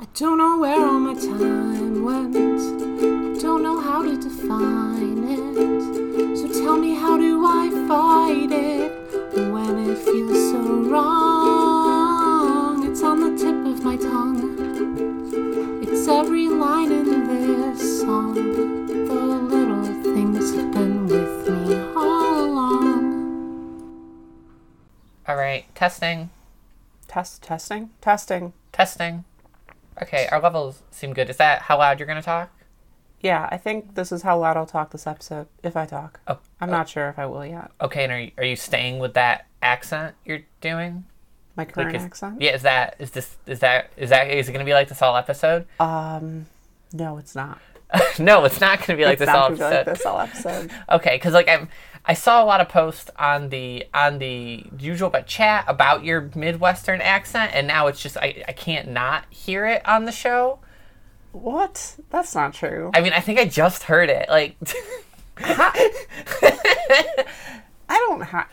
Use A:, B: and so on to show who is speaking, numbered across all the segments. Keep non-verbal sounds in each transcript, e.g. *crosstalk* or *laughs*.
A: I don't know where all my time went. I don't know how to define it. So tell me, how do I fight it when it feels so wrong? It's on the tip of my tongue. It's every line in this song. The little things have been with me all along.
B: All right, testing,
C: Test testing testing.
B: testing. Okay, our levels seem good. Is that how loud you're gonna talk?
C: Yeah, I think this is how loud I'll talk this episode if I talk.
B: Oh,
C: I'm not sure if I will yet.
B: okay. And are you, are you staying with that accent you're doing?
C: My current
B: is,
C: accent.
B: Yeah. Is that is this is that is that is it gonna be like this all episode?
C: Oh. Um, No, it's not.
B: *laughs* no, it's not gonna be like
C: It's
B: this
C: not
B: all
C: gonna be
B: episode.
C: like this all episode.
B: Okay, because like I'm, I saw a lot of posts on the on the usual but chat about your Midwestern accent, and now it's just I I can't not hear it on the show.
C: what? That's not true.
B: I mean, I think I just heard it. Like, *laughs*
C: I don't have.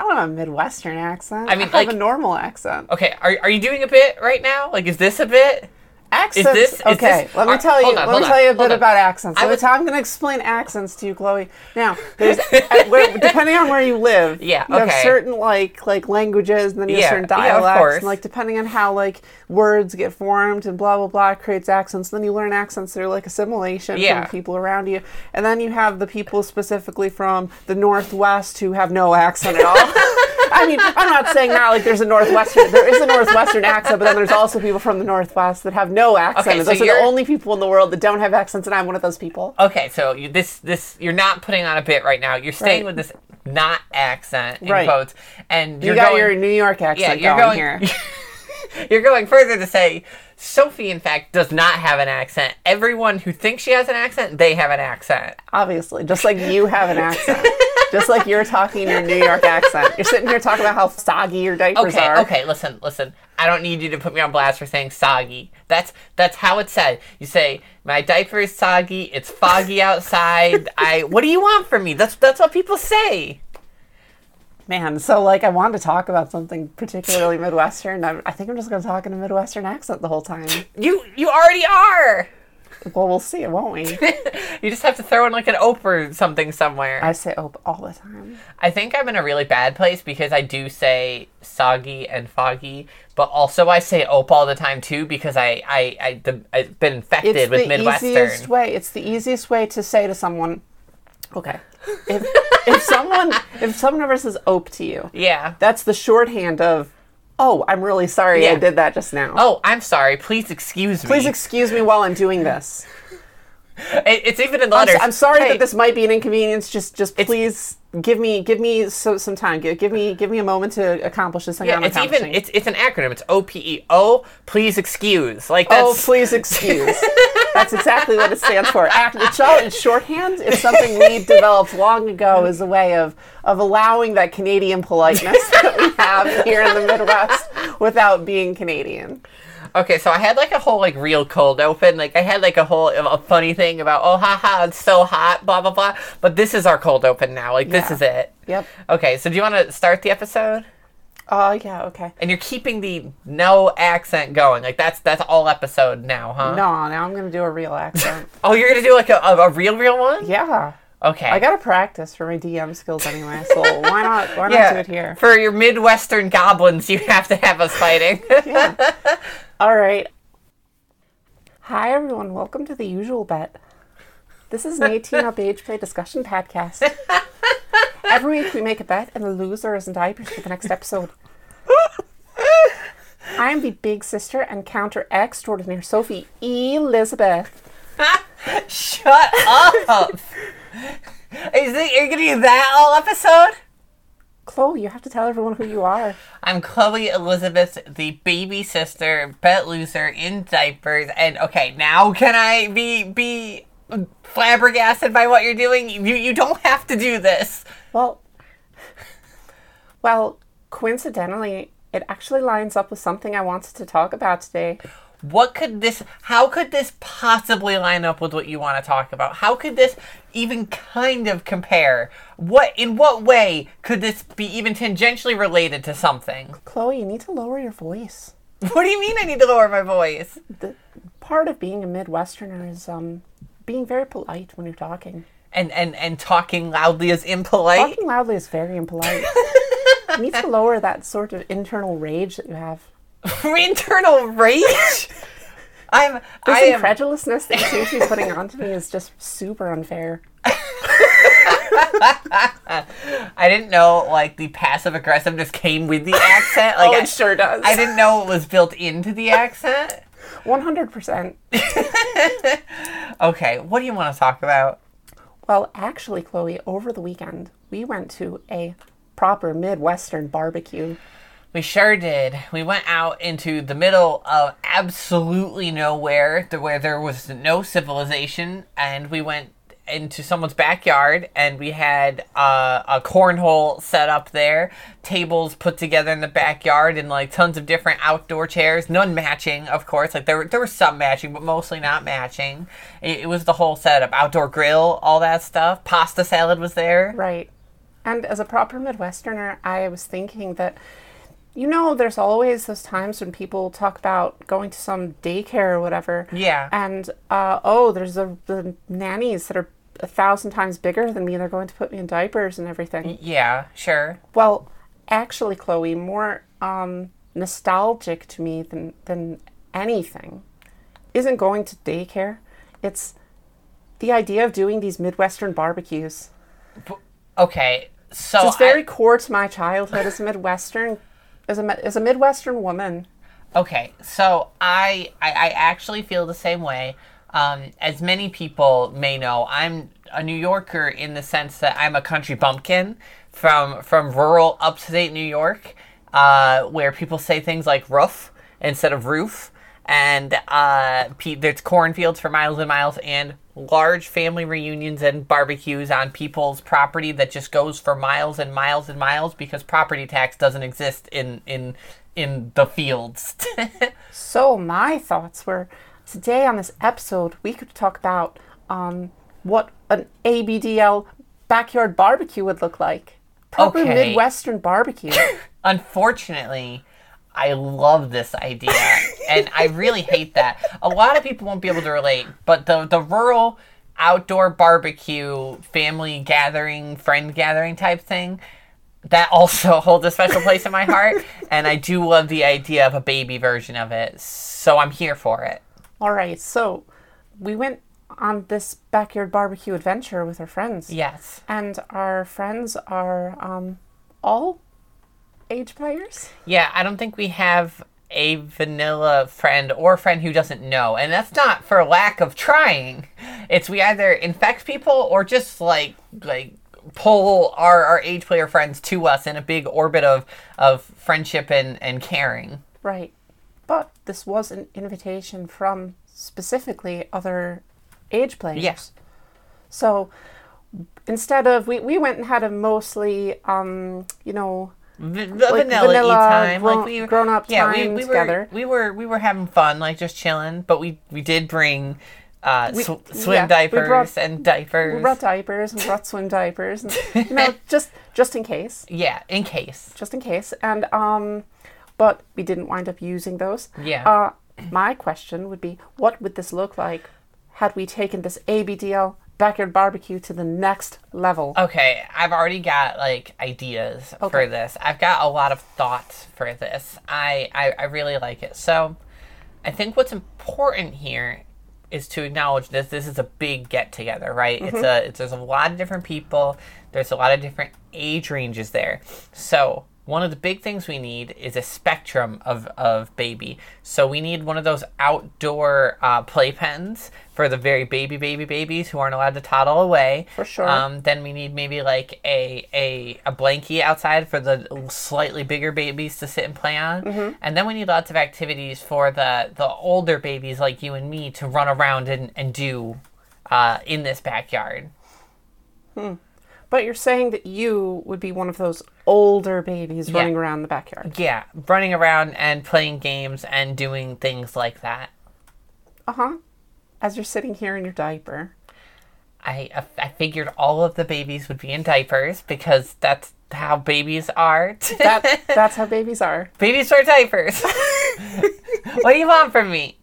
C: I don't have a Midwestern accent.
B: I mean,
C: I have
B: like-
C: a normal accent.
B: okay, are are you doing a bit right now? Like, is this a bit?
C: Accents.
B: this- is
C: okay,
B: this-
C: let me
B: uh,
C: tell you.
B: hold on,
C: let
B: hold
C: me
B: on,
C: tell you a
B: hold
C: bit
B: on.
C: about accents.
B: I
C: Let me
B: would-
C: tell- I'm going to explain accents to you, Chloe.
B: *laughs*
C: Now, there's uh, where, depending on where you live.
B: Yeah,
C: You
B: okay.
C: have certain like like languages, and then you
B: Yeah,
C: have certain
B: yeah, of
C: dialects,
B: course.
C: and like depending on how like words get formed and blah blah blah it creates accents. Then you learn accents that are like assimilation
B: Yeah.
C: from people around you, and then you have the people specifically from the northwest who have no accent at all. *laughs* I mean, I'm not saying not like there's a northwestern. There is a northwestern accent, but then there's also people from the northwest that have no accent.
B: Okay,
C: and
B: so
C: those are
B: you're-
C: the only people in the world that don't have accents, and I'm one of those people.
B: Okay, so you, this this you're not putting on a bit right now. You're staying
C: Right.
B: with this not accent in
C: Right.
B: quotes, and
C: you
B: you're
C: got
B: going,
C: your New York
B: yeah,
C: accent
B: you're
C: going,
B: going,
C: here.
B: *laughs* you're going further to say Sophie, in fact, does not have an accent. Everyone who thinks she has an accent, they have an accent.
C: Obviously, just like you have an accent. just like you're talking your New York accent. You're sitting here talking about how soggy your diapers
B: Okay,
C: are.
B: okay, listen, listen. I don't need you to put me on blast for saying soggy. That's that's how it's said. You say my diaper is soggy. It's
C: *laughs*
B: foggy outside. I. What do you want from me? That's that's what people say.
C: Man, so like I wanted to talk about something particularly Midwestern. I, I think I'm just going to talk in a Midwestern accent the whole time.
B: You you already are.
C: Well, we'll see, won't we?
B: *laughs* You just have to throw in like an Oprah something somewhere.
C: I
B: I,
C: say "ope" all the time.
B: think I'm in a really bad place because I do say soggy and foggy, but also I say ope all the time too because I I, I the, I've been infected
C: it's
B: with
C: the
B: Midwestern.
C: easiest way. It's the easiest way to say to someone, okay, if, if someone if someone ever says "ope" to you,
B: Yeah.
C: that's the shorthand of, oh, I'm really sorry I
B: Yeah.
C: did that just now.
B: Oh, I'm sorry. Please excuse me.
C: Please excuse me while I'm doing this.
B: It- it's even in the
C: I'm,
B: letters.
C: s- I'm sorry
B: Hey,
C: that this might be an inconvenience. Just, just please give me, give me so, some time. Give, give me, give me a moment to accomplish this thing.
B: Yeah,
C: I'm
B: it's even
C: accomplishing.
B: it's it's an acronym. It's O P E O. Please excuse. Like that's
C: Oh, please excuse. That's exactly what it stands for. Act, it's all in shorthand. It's
B: *laughs*
C: something we developed long ago as a way of of allowing that Canadian politeness *laughs* that we have here in the Midwest without being Canadian.
B: Okay, so I had like a whole like real cold open. Like I had like a whole a funny thing about oh haha it's so hot blah blah blah. But this is our cold open now. Like this
C: Yeah.
B: is it.
C: Yep.
B: Okay, so do you want to start the episode?
C: Oh yeah. Okay.
B: And you're keeping the no accent going. Like that's that's all episode now, huh?
C: No, now I'm gonna do a real accent.
B: Oh, you're gonna do like a, a, a real real one?
C: Yeah.
B: Okay.
C: I gotta practice for my DM skills anyway. So why not? Why not do it here?
B: For your Midwestern goblins, you have to have us fighting. *laughs*
C: All right. Hi, everyone. Welcome to the usual bet. This is an 18 up age play discussion podcast. Every week we make a bet, and the loser is in diapers for the next episode. I am the big sister and counter extraordinaire Sophie Elizabeth.
B: Shut up. Is it, are you gonna do that all episode?
C: Chloe, you have to tell everyone who you are.
B: I'm Chloe Elizabeth, the baby sister, bet loser in diapers, and okay, now can I be be flabbergasted by what you're doing? You you don't have to do this.
C: Well, well, coincidentally, it actually lines up with something I wanted to talk about today.
B: What could this? How could this possibly line up with what you want to talk about? How could this even kind of compare? What in what way could this be even tangentially related to something?
C: Chloe, you need to lower your voice.
B: What do you mean I need to lower my voice?
C: The part of being a Midwesterner is um, being very polite when you're talking.
B: And and and talking loudly is impolite.
C: Talking loudly is very impolite. you need to lower that sort of internal rage that you have.
B: Internal
C: *laughs*
B: rage. I'm. I
C: This
B: am.
C: incredulousness that you seem to be putting onto me is just super unfair.
B: I didn't know like the passive aggressiveness came with the accent. Like I-
C: Oh, sure does.
B: I didn't know it was built into the accent.
C: 100%.
B: Okay, what do you want to talk about?
C: Well, actually, Chloe, over the weekend, we went to a proper Midwestern barbecue.
B: We sure did. We went out into the middle of absolutely nowhere, to where there was no civilization, and we went into someone's backyard, and we had uh, a cornhole set up there, tables put together in the backyard, and like tons of different outdoor chairs, none matching, of course. Like there were there was some matching, but mostly not matching. It, it was the whole setup: outdoor grill, all that stuff. Pasta salad was there.
C: Right. And as a proper Midwesterner, I was thinking that, you know, there's always those times when people talk about going to some daycare or whatever.
B: Yeah.
C: And, uh, oh, there's the, the nannies that are a thousand times bigger than me. They're going to put me in diapers and everything.
B: Yeah, sure.
C: Well, actually, Chloe, more um, nostalgic to me than than anything isn't going to daycare. It's the idea of doing these Midwestern barbecues.
B: Okay. So
C: It's
B: I-
C: very core to my childhood as a Midwestern, as a Mi- as a Midwestern woman.
B: Okay, so I, I I actually feel the same way. Um, as many people may know, I'm a New Yorker in the sense that I'm a country bumpkin from from rural upstate New York, uh, where people say things like roof instead of roof, and uh, pe- there's cornfields for miles and miles, and large family reunions and barbecues on people's property that just goes for miles and miles and miles because property tax doesn't exist in in in the fields. *laughs*
C: So my thoughts were today on this episode we could talk about um, what an ABDL backyard barbecue would look like. Proper
B: Okay.
C: Midwestern barbecue.
B: Unfortunately, I love this idea, and I really hate that. A lot of people won't be able to relate, but the the rural outdoor barbecue, family gathering, friend gathering type thing. That also *laughs* holds a special place in my heart, and I do love the idea of a baby version of it, so I'm here for it.
C: All right, so we went on this backyard barbecue adventure with our friends.
B: Yes.
C: And our friends are um, all age players.
B: Yeah, I don't think we have a vanilla friend or friend who doesn't know. And that's not for lack of trying. It's we either infect people or just like like pull our, our age player friends to us in a big orbit of of friendship and, and caring.
C: Right. But this was an invitation from specifically other age players.
B: Yes.
C: So instead of, we, we went and had a mostly, um, you know,
B: V- the
C: Like
B: vanilla,
C: vanilla
B: time,
C: grown-
B: like we
C: grown-up
B: we,
C: time
B: we
C: together.
B: Were, we were we were having fun, like just chilling. But we we did bring uh, sw- swim
C: yeah, we
B: diapers
C: brought-
B: and diapers.
C: we brought diapers and we brought swim diapers, and, you know, just just in case.
B: yeah, in case.
C: just in case. And um, but we didn't wind up using those.
B: Yeah.
C: Uh, my question would be, what would this look like had we taken this ABDL backyard barbecue to the next level?
B: Okay, I've already got like ideas for this. I've got a lot of thoughts for this. I, I I really like it. So, I think what's important here is to acknowledge this. This is a big get together, right?
C: Mm-hmm.
B: It's a it's, there's a lot of different people. There's a lot of different age ranges there. So. One of the big things we need is a spectrum of, of baby. So we need one of those outdoor uh, playpens for the very baby, baby babies who aren't allowed to toddle away.
C: For sure.
B: Um, then we need maybe like a a a blankie outside for the slightly bigger babies to sit and play on, and then we need lots of activities for the the older babies like you and me to run around and and do uh, in this backyard.
C: But you're saying that you would be one of those older babies
B: Yeah.
C: running around the backyard.
B: Yeah, running around and playing games and doing things like that.
C: Uh huh. As you're sitting here in your diaper.
B: I I figured all of the babies would be in diapers because that's how babies are. *laughs*
C: That that's how babies are.
B: babies wear diapers. *laughs* What do you want from me?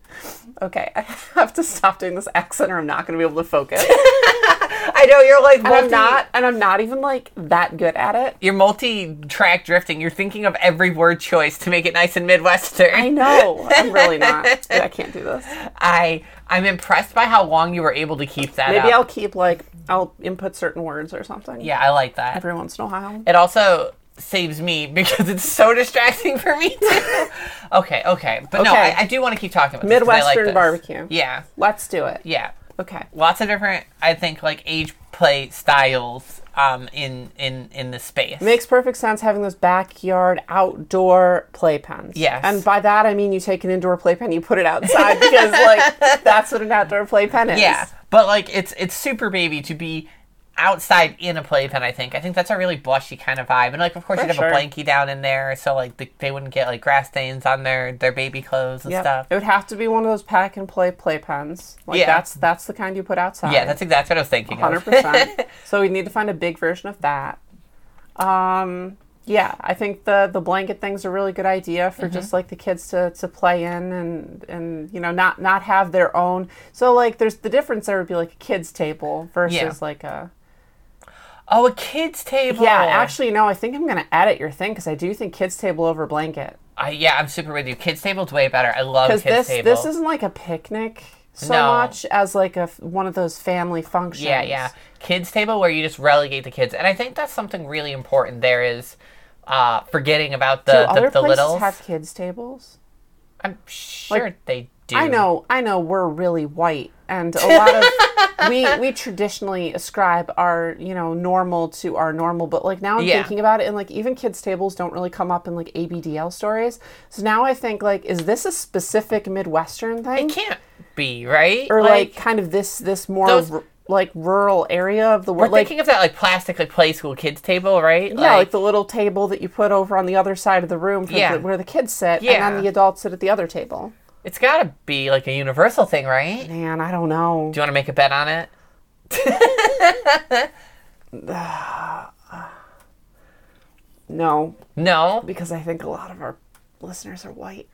C: Okay, *laughs* I have to stop doing this accent, or I'm not going to be able to
B: *laughs*
C: focus.
B: I know you're like
C: And I'm
B: multi-
C: not, and I'm not even like that good at it.
B: You're multi-track drifting. You're thinking of every word choice to make it nice and midwestern.
C: I know. I'm really not. I can't do this.
B: I I'm impressed by how long you were able to keep that
C: Maybe
B: up.
C: I'll keep like I'll input certain words or something.
B: yeah, I like that.
C: Every once in a while.
B: It also saves me *laughs* because it's so distracting for me
C: *laughs*
B: too. okay, okay. But no,
C: Okay.
B: I, I do want to keep talking about this 'cause I like
C: Midwestern
B: this.
C: barbecue.
B: Yeah.
C: Let's do it.
B: Yeah.
C: Okay.
B: Lots of different I think like age play styles um in in in the space.
C: Makes perfect sense having those backyard outdoor playpens.
B: Yes.
C: And by that I mean you take an indoor playpen, you put it outside
B: *laughs*
C: because like that's what an outdoor playpen is.
B: yeah. But like it's it's super baby to be outside in a playpen I think. I think that's a really blushy kind of vibe. And like of course
C: For
B: you'd have
C: sure.
B: a blankie down in there so like the, they wouldn't get like grass stains on their their baby clothes and
C: Yep.
B: stuff.
C: It would have to be one of those pack and play playpens. Like
B: Yeah.
C: that's that's the kind you put outside.
B: Yeah, that's exactly what I was thinking. of.
C: hundred percent. *laughs* So we need to find a big version of that. Um, yeah, I think the the blanket thing's a really good idea
B: Mm-hmm.
C: for just like the kids to, to play in and and you know not not have their own. So like there's the difference there would be like a kids table versus
B: Yeah.
C: like a
B: Oh, a kids table.
C: yeah. Actually, no, I think I'm gonna edit your thing because I do think kids table over blanket
B: I, yeah, I'm super with you. Kids table's way better. I love
C: because
B: kids
C: this
B: table.
C: this isn't like a picnic so
B: No.
C: much as like a f- one of those family functions.
B: yeah, yeah. Kids table where you just relegate the kids, and I think that's something really important. There is uh, forgetting about
C: Do
B: the
C: other
B: the, the
C: places
B: littles.
C: have kids tables?
B: I'm sure they do.
C: I know, I know we're really white and a
B: *laughs*
C: lot of we we traditionally ascribe our, you know, normal to our normal, but like now I'm
B: Yeah.
C: thinking about it and like even kids tables don't really come up in like ABDL stories. So now I think like is this a specific midwestern thing
B: It can't be right.
C: or like, kind of this this more
B: Those-
C: r- like rural area of the world
B: we're
C: like
B: thinking of that like plastic like play school kids table, right?
C: yeah, like the little table that you put over on the other side of the room for
B: Yeah.
C: the, where the kids sit,
B: Yeah.
C: and then the adults sit at the other table.
B: it's got to be like a universal thing, right? Do
C: Man, I don't know.
B: you want to make a bet on it?
C: No,
B: No.
C: because I think a lot of our listeners are white.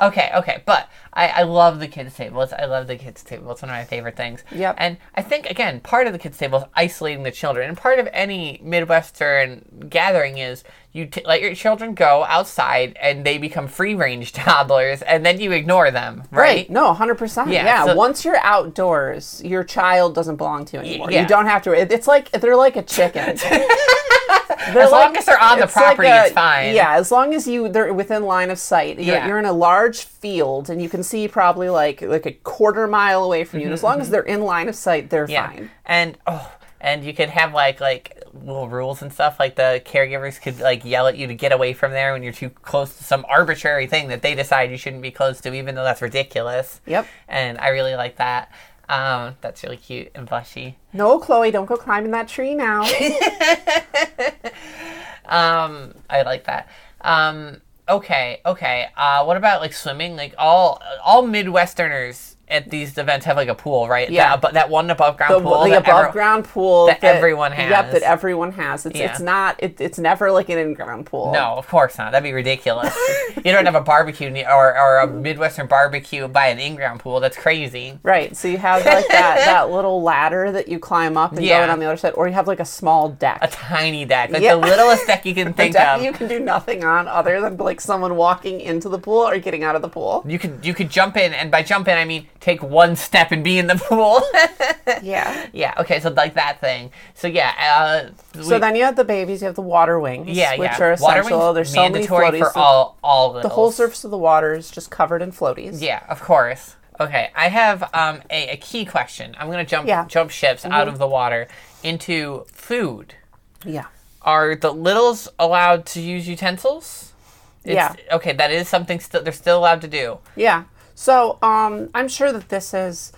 B: Okay, okay, but I, I love the kids' table. It's, I love the kids' table. It's one of my favorite things.
C: Yep.
B: And I think again, part of the kids' table is isolating the children, and part of any midwestern gathering is you t- let your children go outside, and they become free range *laughs* toddlers, and then you ignore them, right?
C: No, 100%. Yeah.
B: Yeah, so-
C: Once you're outdoors, your child doesn't belong to you anymore.
B: yeah.
C: You don't have to. it- It's like they're like
B: *laughs*
C: a chicken.
B: As long as they're on the property, it's fine.
C: Yeah, as long as you they're within line of sight. You're,
B: Yeah.
C: you're in a large field and you can see probably like like a quarter mile away from you. and as long as they're in line of sight, they're
B: Mm-hmm. Yeah.
C: fine.
B: And oh, and you could have like like little rules and stuff. Like the caregivers could like yell at you to get away from there when you're too close to some arbitrary thing that they decide you shouldn't be close to, even though that's ridiculous.
C: Yep.
B: And I really like that. Um, that's really cute and blushy.
C: No, Chloe, don't go climbing that tree now.
B: Um, I like that. Um, okay, okay. Uh, what about like swimming? Like all all Midwesterners at these events have like a pool, right?
C: Yeah.
B: That, but that one above ground
C: the,
B: pool.
C: the
B: that
C: above
B: everyone-
C: ground pool
B: that everyone
C: Yep,
B: has.
C: that everyone has. It's
B: Yeah.
C: it's not it, it's never like an in ground pool.
B: No, of course not. That'd be ridiculous. you don't have a barbecue ne- or, or a Midwestern barbecue by an in-ground pool. That's crazy.
C: Right. So you have like that that little ladder that you climb up and go
B: Yeah.
C: in on the other side, or you have like a small deck.
B: A tiny deck, like
C: Yeah.
B: the littlest deck you can
C: *laughs* A
B: think
C: deck
B: of.
C: you can do nothing on other than like someone walking into the pool or getting out of the pool.
B: You could you could jump in, and by jump in I mean take one step and be in the *laughs* pool.
C: Yeah.
B: yeah. Okay. So like that thing. So yeah. Uh,
C: So
B: we-
C: then you have the babies, you have the water wings,
B: yeah,
C: which
B: yeah.
C: are
B: Water
C: essential.
B: wings,
C: There's so many
B: mandatory
C: floaties.
B: for
C: The-
B: all all
C: the whole
B: littles.
C: surface of the water is just covered in floaties.
B: Yeah, of course. Okay, I have um, a, a key question. I'm gonna jump
C: Yeah. Mm-hmm.
B: jump ships out of the water into food.
C: Yeah.
B: Are the littles allowed to use utensils?
C: Yeah.
B: Okay, that is something still they're still allowed to do.
C: Yeah. So um, I'm sure that this is,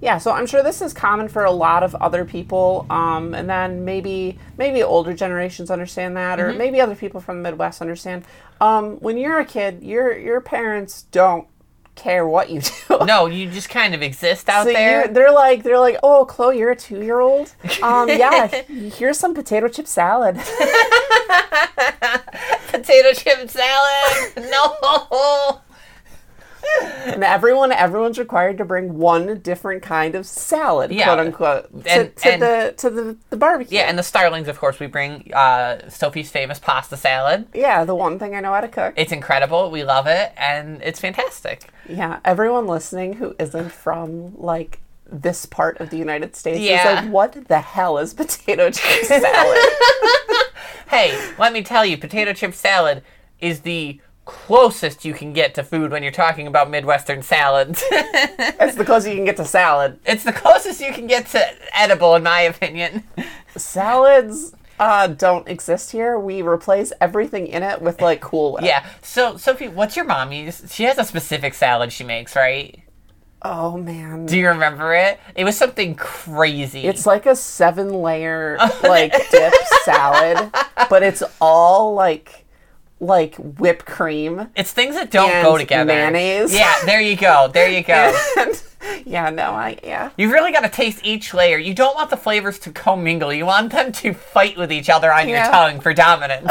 C: yeah. So I'm sure this is common for a lot of other people, um, and then maybe maybe older generations understand that,
B: Mm-hmm.
C: or maybe other people from the Midwest understand. Um, when you're a kid, your your parents don't care what you *laughs* do.
B: No, you just kind of exist out
C: So
B: there.
C: you're- they're like they're like, oh, Chloe, you're a two year old. Um, yeah, here's some potato chip salad.
B: *laughs* potato chip salad. *laughs* No.
C: And everyone, everyone's required to bring one different kind of salad,
B: Yeah.
C: quote unquote, to,
B: And-
C: to
B: and-
C: the to the, the barbecue.
B: Yeah, and the starlings, of course, we bring uh, Sophie's famous pasta salad.
C: yeah, the one thing I know how to cook.
B: It's incredible. We love it, and it's fantastic.
C: Yeah, everyone listening who isn't from like this part of the United States
B: Yeah.
C: is like, what the hell is potato *laughs* chip salad?
B: Hey, let me tell you, potato chip salad is the closest you can get to food when you're talking about Midwestern salads. *laughs*
C: That's the closest you can get to salad.
B: it's the closest you can get to edible, in my opinion.
C: Salads uh, don't exist here. We replace everything in it with like cool whip.
B: Yeah. So, Sophie, what's your mommy's? She has a specific salad she makes, right?
C: Oh man.
B: Do you remember it? It was something crazy.
C: It's like a seven layer
B: *laughs*
C: like dip salad, but it's all like like whipped cream.
B: It's things that don't
C: And
B: go together.
C: mayonnaise.
B: Yeah, there you go. There you go.
C: *laughs* yeah, no, I yeah.
B: You've really got to taste each layer. You don't want the flavors to commingle. You want them to fight with each other on
C: Yeah.
B: your tongue for
C: *laughs*
B: dominance.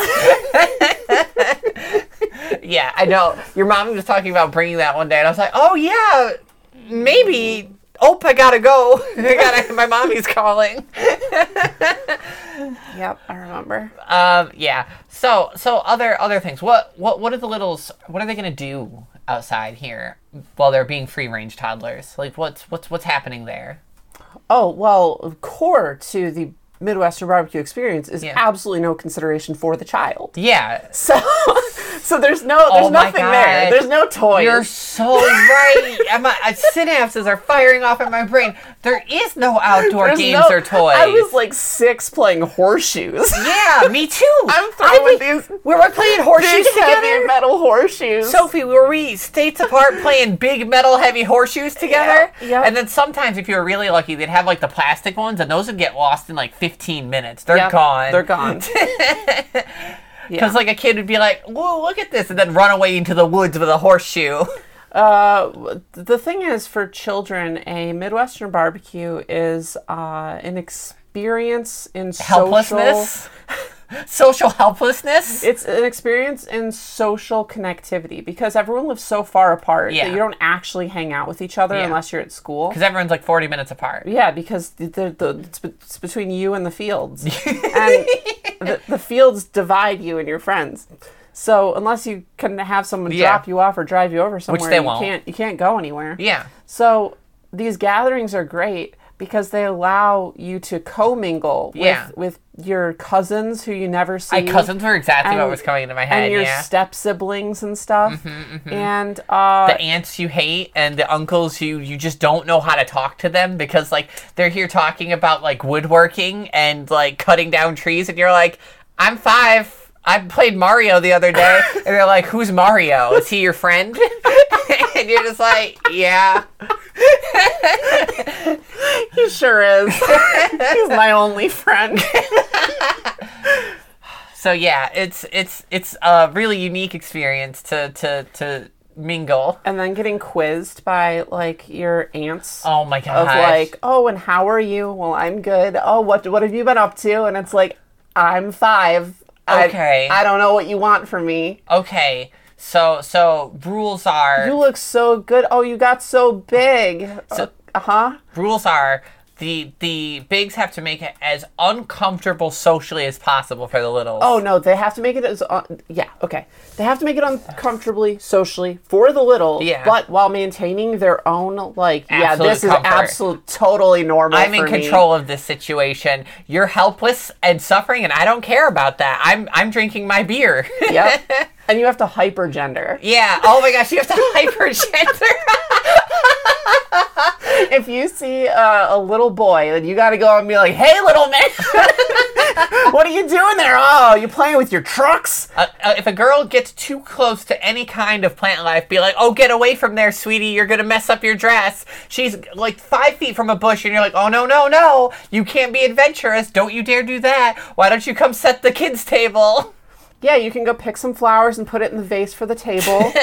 B: yeah, I know. Your mom was talking about bringing that one day, and I was like, oh, yeah, maybe. Oh, I gotta go. *laughs* I gotta, my mommy's calling.
C: Yep, I remember.
B: Um, yeah. So, so other other things. What what what are the littles? What are they gonna do outside here while they're being free range toddlers? Like, what's what's what's happening there?
C: Oh, well, core to the Midwestern barbecue experience is
B: Yeah.
C: absolutely no consideration for the child. *laughs*
B: Yeah,
C: So so there's no there's
B: Oh my
C: nothing there.
B: God.
C: There's no toys.
B: You're so right. *laughs* And my uh, synapses are firing off in my brain. There is no outdoor
C: There's
B: games
C: no-
B: or toys.
C: I was like six playing horseshoes. *laughs*
B: yeah, me too.
C: I'm throwing these
B: We were
C: *laughs*
B: playing horseshoes
C: big heavy
B: together.
C: metal horseshoes.
B: Sophie, were we states apart playing big metal heavy horseshoes together?
C: Yeah, yeah.
B: And then sometimes, if you were really lucky, they'd have like the plastic ones, and those would get lost in like 15 minutes. They're
C: Yep,
B: gone. *laughs*
C: They're gone.
B: Because like a kid would be like, "Whoa, look at this!" and then run away into the woods with a horseshoe. *laughs*
C: Uh, the thing is, for children, a Midwestern barbecue is uh, an experience in social.
B: helplessness, *laughs* social helplessness.
C: It's an experience in social connectivity because everyone lives so far apart
B: Yeah.
C: that you don't actually hang out with each other
B: Yeah.
C: unless you're at school.
B: Because everyone's like 40 minutes apart.
C: Yeah, because the, the, the, it's, be- it's between you and
B: *laughs*
C: the fields. and the, the fields divide you and your friends. So unless you can have someone
B: Yeah.
C: drop you off or drive you over somewhere,
B: they
C: you
B: won't.
C: can't you can't go anywhere.
B: Yeah.
C: So these gatherings are great because they allow you to commingle
B: Yeah.
C: with, with your cousins who you never see.
B: My cousins were exactly what
C: and-
B: was coming into my
C: and
B: head.
C: your
B: Yeah. Mm-hmm,
C: step siblings and stuff. And uh, *laughs*
B: the aunts you hate and the uncles who you just don't know how to talk to them because like they're here talking about like woodworking and like cutting down trees and you're like, I'm five. I played Mario the other
C: *laughs*
B: day and they're like, Who's Mario? Is he your friend? *laughs* and you're just like, Yeah.
C: he sure is. *laughs* *laughs* He's my only friend. *laughs*
B: So yeah, it's it's it's a really unique experience to to to mingle.
C: and then getting quizzed by like your aunts
B: Oh my
C: of
B: gosh.
C: like, oh, and how are you? Well, I'm good. Oh, what what have you been up to? And it's like, I'm five. I-
B: Okay.
C: I, don't know what you want from me.
B: Okay. So so rules are
C: You look so good. Oh, you got so big.
B: So-
C: uh huh.
B: rules are the the bigs have to make it as uncomfortable socially as possible for the littles.
C: Oh no, they have to make it as un- yeah okay. They have to make it uncomfortably socially for the little,
B: Yeah.
C: but while maintaining their own like yeah,
B: Absolute
C: this
B: comfort.
C: is absolute totally normal.
B: I'm in
C: for me.
B: control of this situation. You're helpless and suffering and I don't care about that. I'm I'm drinking my beer. *laughs*
C: Yep. and you have to hypergender.
B: yeah. Oh my gosh, you have to *laughs* hypergender. *laughs*
C: if you see uh, a little boy, then you got to go and be like, "Hey, little man, *laughs* what are you doing there? Oh, you playing with your trucks?
B: uh, uh, if a girl gets too close to any kind of plant life, be like, "Oh, get away from there, sweetie! You're gonna mess up your dress." She's like five feet from a bush, and you're like, "Oh no, no, no! You can't be adventurous! Don't you dare do that! Why don't you come set the kids' table?" *laughs*
C: Yeah, you can go pick some flowers and put it in the vase for
B: *laughs*
C: the table.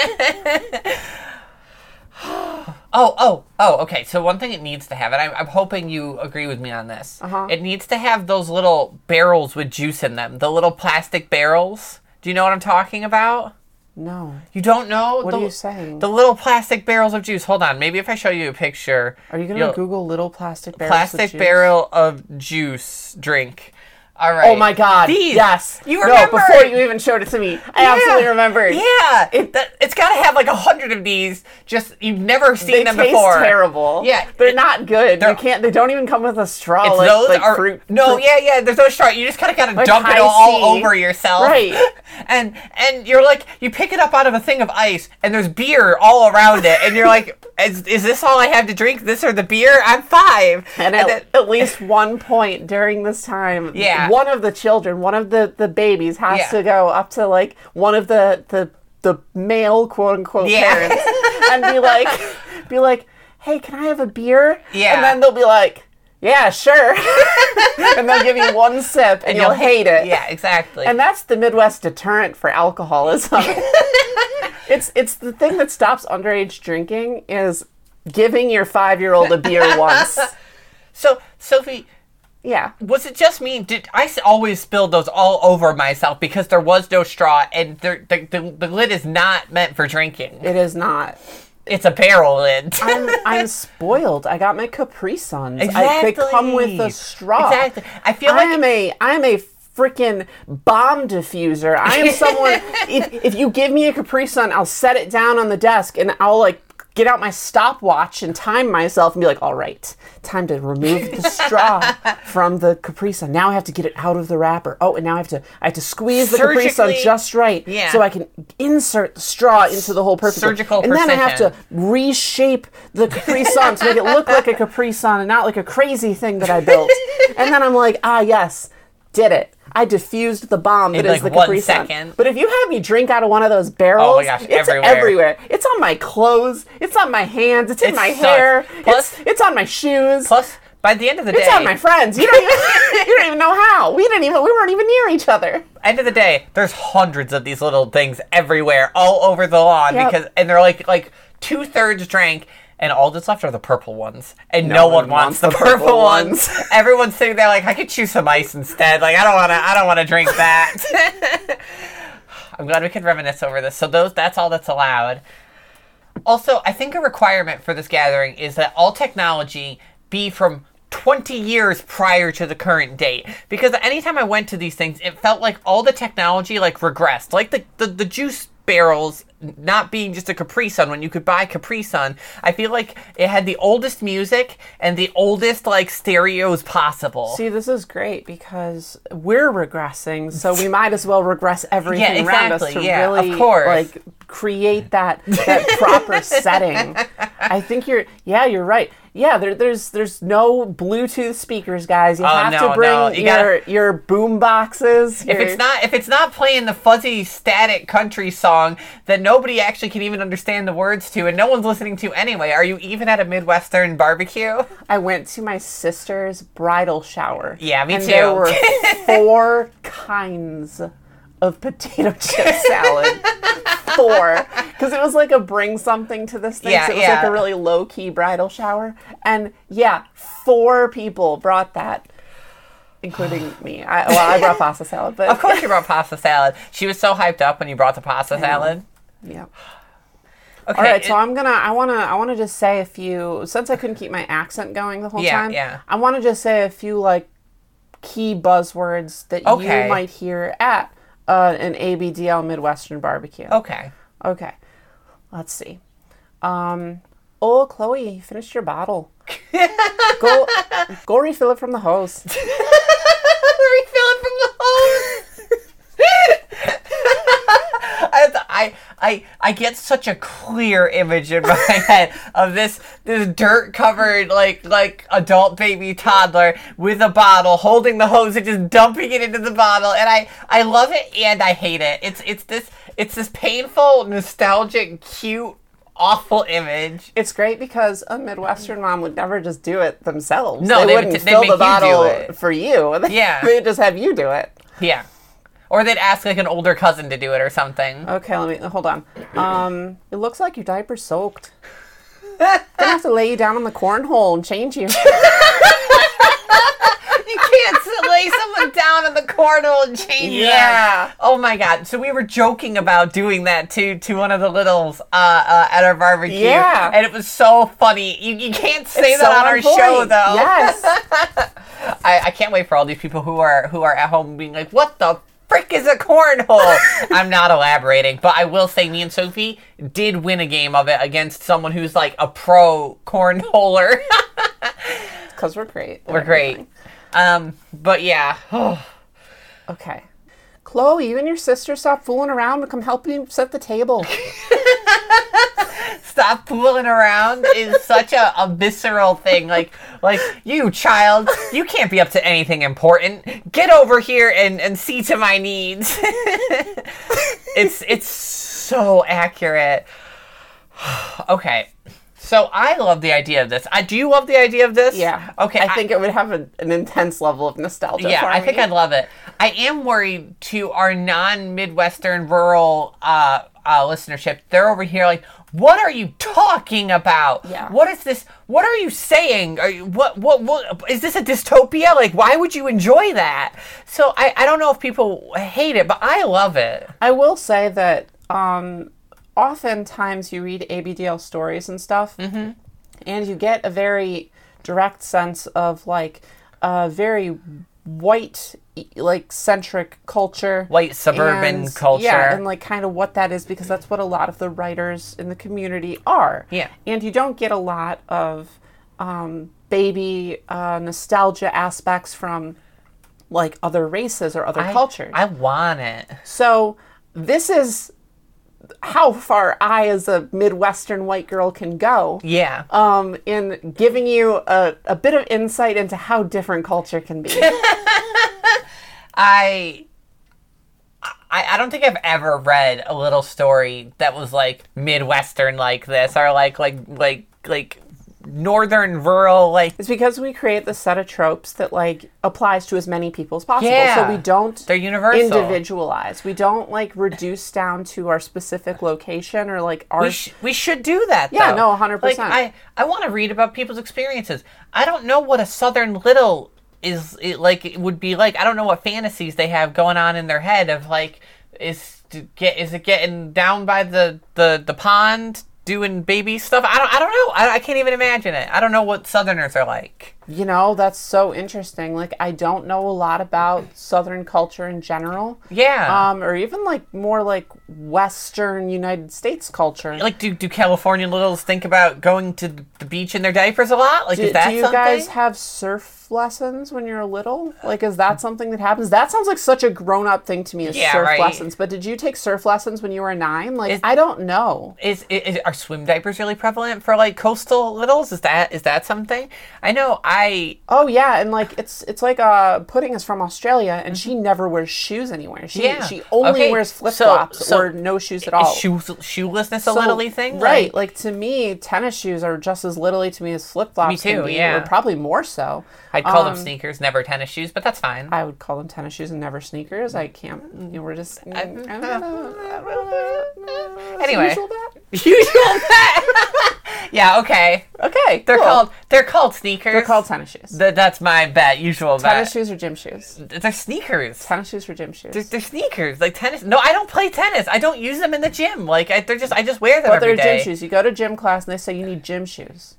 B: Oh, oh, oh, okay. So one thing it needs to have, and I'm, I'm hoping you agree with me on
C: Uh-huh.
B: this. It needs to have those little barrels with juice in them, the little plastic barrels. Do you know what I'm talking about?
C: No.
B: You don't know?
C: What are you saying?
B: The little plastic barrels of juice. Hold on. Maybe if I show you a picture.
C: Are you going
B: you'll-
C: to Google little plastic barrels? of
B: plastic
C: juice?
B: barrel of juice drink? All right.
C: Oh my God.
B: These.
C: Yes.
B: You
C: No,
B: remember?
C: before you even showed it to me, I absolutely remember.
B: Yeah, it, that, it's got to have like a hundred of these. Just you've never seen
C: They
B: them
C: taste
B: before.
C: terrible.
B: Yeah,
C: They're
B: it-
C: not good.
B: they're-
C: You can't. They don't even come with a straw.
B: It's
C: like,
B: those
C: like
B: are
C: fruit.
B: no,
C: fruit-
B: yeah, yeah. There's no straw. You just kind of got to
C: Like
B: dump it
C: high
B: all
C: C.
B: over yourself,
C: Right.
B: *laughs* And and you're like, you pick it up out of a thing of ice, and there's beer all around it, and you're like, *laughs* is, is this all I have to drink? This or the beer? I'm five.
C: *laughs* And at, at least one point during this time,
B: Yeah.
C: one of the children, one of the, the babies has
B: Yeah.
C: to go up to like one of the the, the male quote unquote
B: Yeah.
C: parents
B: *laughs*
C: and be like be like, Hey, can I have a beer?
B: Yeah.
C: And then they'll be like, Yeah, sure. *laughs* and they'll give you one sip and, you'll, hate it.
B: Yeah, exactly.
C: And that's the Midwest deterrent for alcoholism. it's it's the thing that stops underage drinking is giving your five year old a beer once.
B: so Sophie.
C: Yeah.
B: Was it just me? Did I s- always spilled those all over myself because there was no straw and there, the, the the lid is not meant for drinking.
C: It is not.
B: It's a barrel lid.
C: I'm, I'm spoiled. I got my Capri Suns. I, they come with a
B: Exactly.
C: straw.
B: Exactly. I feel like-
C: I'm a I'm a freaking bomb diffuser. I
B: *laughs*
C: am someone. if, if you give me a Capri Sun, I'll set it down on the desk and I'll like get out my stopwatch and time myself and be like, all right, time to remove the
B: *laughs*
C: straw from the Capri Sun. Now I have to get it out of the wrapper. Oh, and now I have to I have to squeeze the Capri Sun
B: Surgically-
C: just right
B: Yeah.
C: so I can insert the straw into the hole perfectly.
B: Surgical
C: and then I have to
B: precision.
C: reshape the Capri Sun to make it look like a Capri Sun and not like a crazy thing that I built. and then I'm like, ah, yes, did it. I diffused the bomb that is
B: like,
C: the
B: one
C: Capri Sun.
B: second. Oh
C: But if you have me drink out of one of those barrels,
B: gosh,
C: it's
B: everywhere.
C: It's on my clothes. It's on my hands. It's in
B: It
C: my
B: sucks.
C: hair.
B: Plus-
C: it's, it's on my
B: *laughs*
C: shoes.
B: Plus, by the end of the
C: it's
B: day,
C: on my friends. You don't even *laughs* you don't even know how. We didn't even we weren't even near each other.
B: end of the day, there's hundreds of these little things everywhere, all over the lawn
C: Yep.
B: because and they're like like two thirds drank. And all that's left are the purple ones, and no, one, wants, the purple, ones. *laughs* Everyone's sitting there like, I could choose some ice instead. Like, I don't want to. I don't want to drink that. *laughs* I'm glad we could reminisce over this. So those, that's all that's allowed. Also, I think a requirement for this gathering is that all technology be from 20 years prior to the current date. Because anytime I went to these things, it felt like all the technology like regressed. Like the, the, the juice barrels not being just a Capri Sun when you could buy Capri Sun. I feel like it had the oldest music and the oldest like stereos possible.
C: See, this is great because we're regressing, so we might as well regress everything
B: *laughs* Yeah,
C: around us to
B: exactly. Yeah, of
C: really
B: course.
C: like create
B: *laughs*
C: that that proper setting. I think you're yeah, you're right. Yeah, there, there's there's no Bluetooth speakers, guys. You
B: Oh,
C: have
B: no,
C: to bring
B: no. You
C: your your boom boxes.
B: if it's not if it's not playing the fuzzy static country song that nobody actually can even understand the words to and no one's listening to anyway are you even at a midwestern barbecue
C: I went to my sister's bridal shower.
B: Yeah, me
C: and There
B: too.
C: were
B: *laughs*
C: four kinds of
B: *laughs*
C: potato chip salad. Four, because it was like a bring something to this thing.
B: Yeah,
C: so it was like
B: yeah.
C: a really low key bridal shower, and yeah, four people brought that, including me. I, well, I brought pasta salad, but
B: of course you brought pasta salad she was so hyped up when you brought the pasta salad
C: yeah.
B: okay
C: All right, so
B: it-
C: I'm gonna. I wanna. I wanna just say a few. Since I couldn't keep my accent going the whole
B: Yeah,
C: time,
B: yeah.
C: I wanna just say a few like key buzzwords that
B: Okay.
C: you might hear at uh, an ABDL Midwestern barbecue.
B: okay
C: Okay, let's see. Um, oh, Chloe, you finished your bottle.
B: *laughs*
C: go, go refill it from the hose.
B: refill it from the hose. *laughs* I, I, I, I get such a clear image in my *laughs* head of this this dirt covered like like adult baby toddler with a bottle holding the hose and just dumping it into the bottle and I, I love it and I hate it. It's it's this it's this painful, nostalgic, cute, awful image.
C: It's great because a Midwestern mom would never just do it themselves.
B: No,
C: they,
B: they would
C: wouldn't
B: t- they'd
C: fill
B: make you do
C: the bottle
B: it.
C: for you. *laughs*
B: Yeah.
C: they would just have you do it.
B: Yeah. Or they'd ask like an older cousin to do it or something.
C: Okay, let me
B: *clears throat*
C: hold on. Um, it looks like your diaper's soaked. Gonna
B: *laughs*
C: have to lay you down on the cornhole and change you.
B: You can't sit lay someone down in the corner and chain them.
C: Yeah.
B: Oh my god. So we were joking about doing that too to one of the littles uh, uh, at our barbecue.
C: Yeah.
B: And it was so funny. You, you can't say that
C: So
B: on our show
C: point.
B: though.
C: Yes.
B: *laughs* I, I can't wait for all these people who are who are at home being like, "What the frick is a
C: *laughs*
B: cornhole?" I'm not elaborating, but I will say, me and Sophie did win a game of it against someone who's like a pro cornholer. *laughs*
C: Because we're great. at
B: We're great.
C: *laughs* everything.
B: Um, but yeah, *sighs* Oh,
C: Okay. Chloe, you and your sister stop fooling around and come help you set
B: *laughs*
C: the table.
B: stop fooling around is such a, a visceral thing. Like, like you child, you can't be up to anything important. Get over here and and see to my needs. *laughs* it's it's so accurate. *sighs* okay. So I love the idea of this. I do you love the idea of this?
C: Yeah.
B: Okay.
C: I, think it would have a, an intense level of nostalgia.
B: Yeah,
C: for
B: I think
C: me.
B: I'd love it. I am worried to our non Midwestern rural uh, uh, listenership. They're over here like, what are you talking about?
C: Yeah.
B: What is this? What are you saying? Are you, what, what, what, is this a dystopia? Like, why would you enjoy that? So I, I don't know if people hate it, but I love it.
C: I will say that um, oftentimes you read ABDL stories and stuff,
B: Mm-hmm.
C: and you get a very direct sense of like a very white, e- like centric culture.
B: White suburban
C: and-
B: culture.
C: Yeah, and like kind of what that is because that's what a lot of the writers in the community are.
B: Yeah.
C: And you don't get a lot of um, baby uh, nostalgia aspects from like other races or other
B: I-
C: cultures.
B: I want it.
C: So this is how far I, as a Midwestern white girl, can go.
B: Yeah.
C: Um, in giving you a, a bit of insight into how different culture can
B: *laughs*
C: be.
B: I, I I don't think I've ever read a little story that was like Midwestern like this or like like like like northern rural like
C: it's because we create this set of tropes that like applies to as many people as possible.
B: Yeah.
C: So we don't
B: They're universal.
C: individualize. We don't like reduce down to our specific location or like our
B: we, sh- we should do that
C: Yeah,
B: though.
C: no, 100%.
B: Like, I I want to read about people's experiences. I don't know what a southern little is it, like it would be like. I don't know what fantasies they have going on in their head of like is to get is it getting down by the the the pond doing baby stuff. I don't I don't know. I, I can't even imagine it. I don't know what southerners are like.
C: You know, that's so interesting. Like, I don't know a lot about Southern culture in general.
B: Yeah.
C: Um, or even like more like Western United States culture.
B: like do do California littles think about going to the beach in their diapers a lot? Like
C: do,
B: is that
C: do you
B: something?
C: guys have surf lessons when you're little? Like, is that something that happens? That sounds like such a grown up thing to me is
B: Yeah,
C: surf
B: right.
C: lessons. But did you take surf lessons when you were nine? Like, I don't know.
B: is, is are swim diapers really prevalent for like coastal littles? Is that is that something? I know I
C: Oh yeah, and like it's it's like uh pudding is from Australia and she never wears shoes anywhere. She
B: Mm-hmm. Yeah.
C: she only
B: Okay,
C: wears
B: so-
C: flip flops
B: so-
C: or no shoes at all.
B: is shoes shoelessness a
C: Oh. So,
B: little thing,
C: right?
B: Like,
C: Like, to me, tennis shoes are just as literally to me as flip flops.
B: Me too,
C: Can be,
B: yeah.
C: or probably more so.
B: I'd call
C: Um,
B: them sneakers, never tennis shoes, but that's fine.
C: I would call them tennis shoes and never sneakers. I can't.
B: Mm.
C: You know, we're just. mm,
B: uh, *laughs* Anyway. *laughs*
C: Usual that?
B: Usual pet. *laughs* yeah, okay.
C: Okay,
B: They're
C: cool.
B: called they're called sneakers.
C: They're called tennis shoes.
B: Th- that's my bet. Usual
C: tennis
B: bet.
C: shoes or gym shoes.
B: They're sneakers.
C: Tennis shoes or gym shoes.
B: They're, they're sneakers, like tennis. No, I don't play tennis. I don't use them in the gym. Like I, they're just, I just wear them
C: but they're
B: every
C: gym
B: day.
C: shoes. You go to gym class and they say you need gym shoes.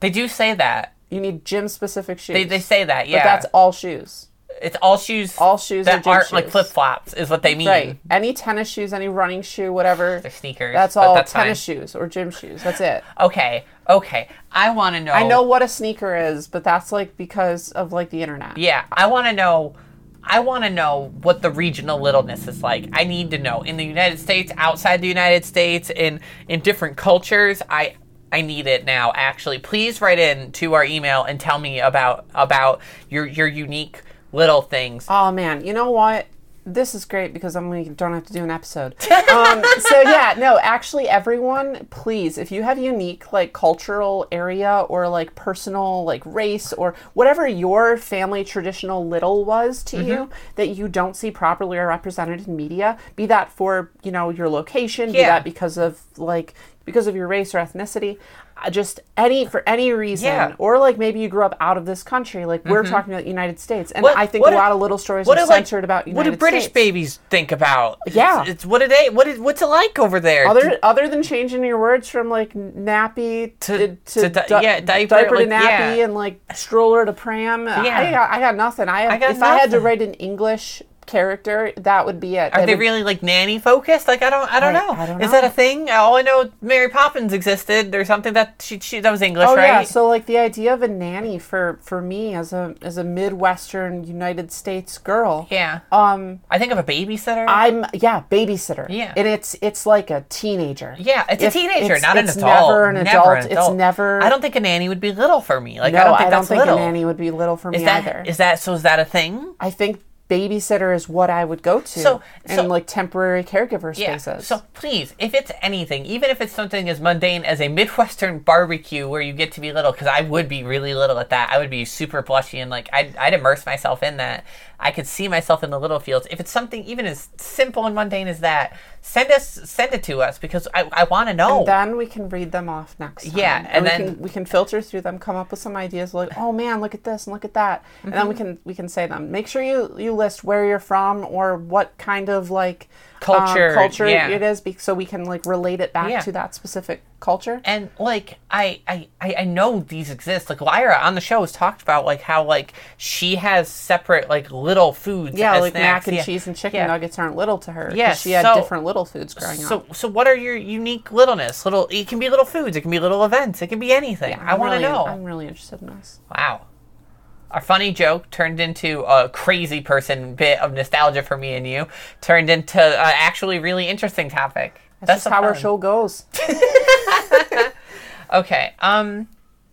B: They do say that.
C: You need gym specific shoes.
B: They, they say that. Yeah,
C: But that's all shoes.
B: it's all shoes.
C: all shoes are
B: that
C: gym
B: aren't like
C: shoes.
B: flip flops is what they mean.
C: Right. Any tennis shoes, any running shoe, whatever.
B: They're sneakers.
C: That's
B: but
C: all
B: that's
C: tennis shoes or gym shoes. That's it.
B: fine. Okay, okay. I want to know.
C: I know what a sneaker is, but that's like because of like the internet.
B: Yeah, I want to know. I want to know what the regional littleness is like. I need to know in the United States, outside the United States, in in different cultures. I I need it now. Actually, please write in to our email and tell me about about your your unique little things.
C: Oh man, you know what? This is great because I'm we don't have to do
B: *laughs*
C: an episode. um, so yeah, no, actually, everyone, please, if you have unique like cultural area or like personal like race or whatever your family traditional little was to
B: Mm-hmm.
C: you that you don't see properly or represented in media, be that for you know your location, be
B: Yeah.
C: that because of like because of your race or ethnicity, uh, just any for any reason,
B: Yeah. Mm-hmm.
C: or like maybe you grew up out of this country. Like we're talking about the United States, and
B: What-
C: I think
B: what
C: a
B: if-
C: lot of little stories
B: What
C: are
B: do like,
C: censored about
B: what
C: United
B: do British
C: States.
B: babies think about? It's-
C: Yeah.
B: it's, what are they? What is what's it like over there?
C: Other, other than changing your words from like nappy
B: To- to
C: to,
B: di- yeah, diaper,
C: to
B: like,
C: nappy
B: yeah.
C: and like stroller to pram, uh,
B: Yeah.
C: I, got, I got nothing. I,
B: got
C: if I had to
B: nothing.
C: write an English character, that would be it.
B: Are
C: That
B: they
C: would-
B: really like nanny focused? Like I don't, I don't
C: I-
B: know.
C: I don't
B: Is that
C: know.
B: a thing? All I know, Mary Poppins existed or something. That she, she that was English,
C: Oh
B: right?
C: yeah, so like the idea of a nanny for for me as a as a Midwestern United States girl.
B: Yeah.
C: Um,
B: I think of a babysitter.
C: I'm yeah, babysitter.
B: Yeah.
C: and it's it's like a teenager.
B: yeah, it's
C: If-
B: a teenager,
C: it's-
B: not an
C: it's
B: adult.
C: Never an adult. It's never.
B: I don't think a nanny would be little for me. Like
C: No,
B: I don't think
C: I don't
B: that's
C: think
B: little.
C: a nanny would be little for
B: is
C: me
B: that
C: either.
B: is that so? Is that a thing?
C: I think babysitter is what I would go to.
B: So- so-
C: and like temporary caregiver
B: Yeah.
C: spaces.
B: So please, if it's anything, even if it's something as mundane as a Midwestern barbecue where you get to be little, because I would be really little at that. I would be super blushy and like I'd, I'd immerse myself in that. I could see myself in the little fields. If it's something even as simple and mundane as that, send us send it to us because I, I want to know.
C: Then we can read them off next time.
B: Yeah, and
C: we
B: then-
C: can, we can filter through them, come up with some ideas like, oh man, look at this and look at that, and then we
B: Mm-hmm.
C: can we can say them. Make sure you you list where you're from or what kind of like um,
B: Culture,
C: culture
B: yeah.
C: it is, be- so we can like relate it back
B: Yeah.
C: to that specific culture.
B: and like I, I I I know these exist. Like Lyra on the show has talked about like how like she has separate like little foods.
C: yeah,
B: as
C: like
B: snacks.
C: mac and
B: Yeah.
C: cheese and chicken
B: Yeah.
C: nuggets aren't little to her. 'cause
B: Yeah,
C: she had
B: so-
C: different little foods growing
B: So,
C: up.
B: so what are your unique littleness? Little, it can be little foods, it can be little events, it can be anything. I
C: I'm
B: want to
C: really-
B: know.
C: I'm really interested in this.
B: Wow, our funny joke turned into a crazy person bit of nostalgia for me and you, turned into an actually really interesting topic.
C: That's,
B: so
C: just how our
B: fun.
C: show
B: *laughs*
C: goes.
B: Okay, um,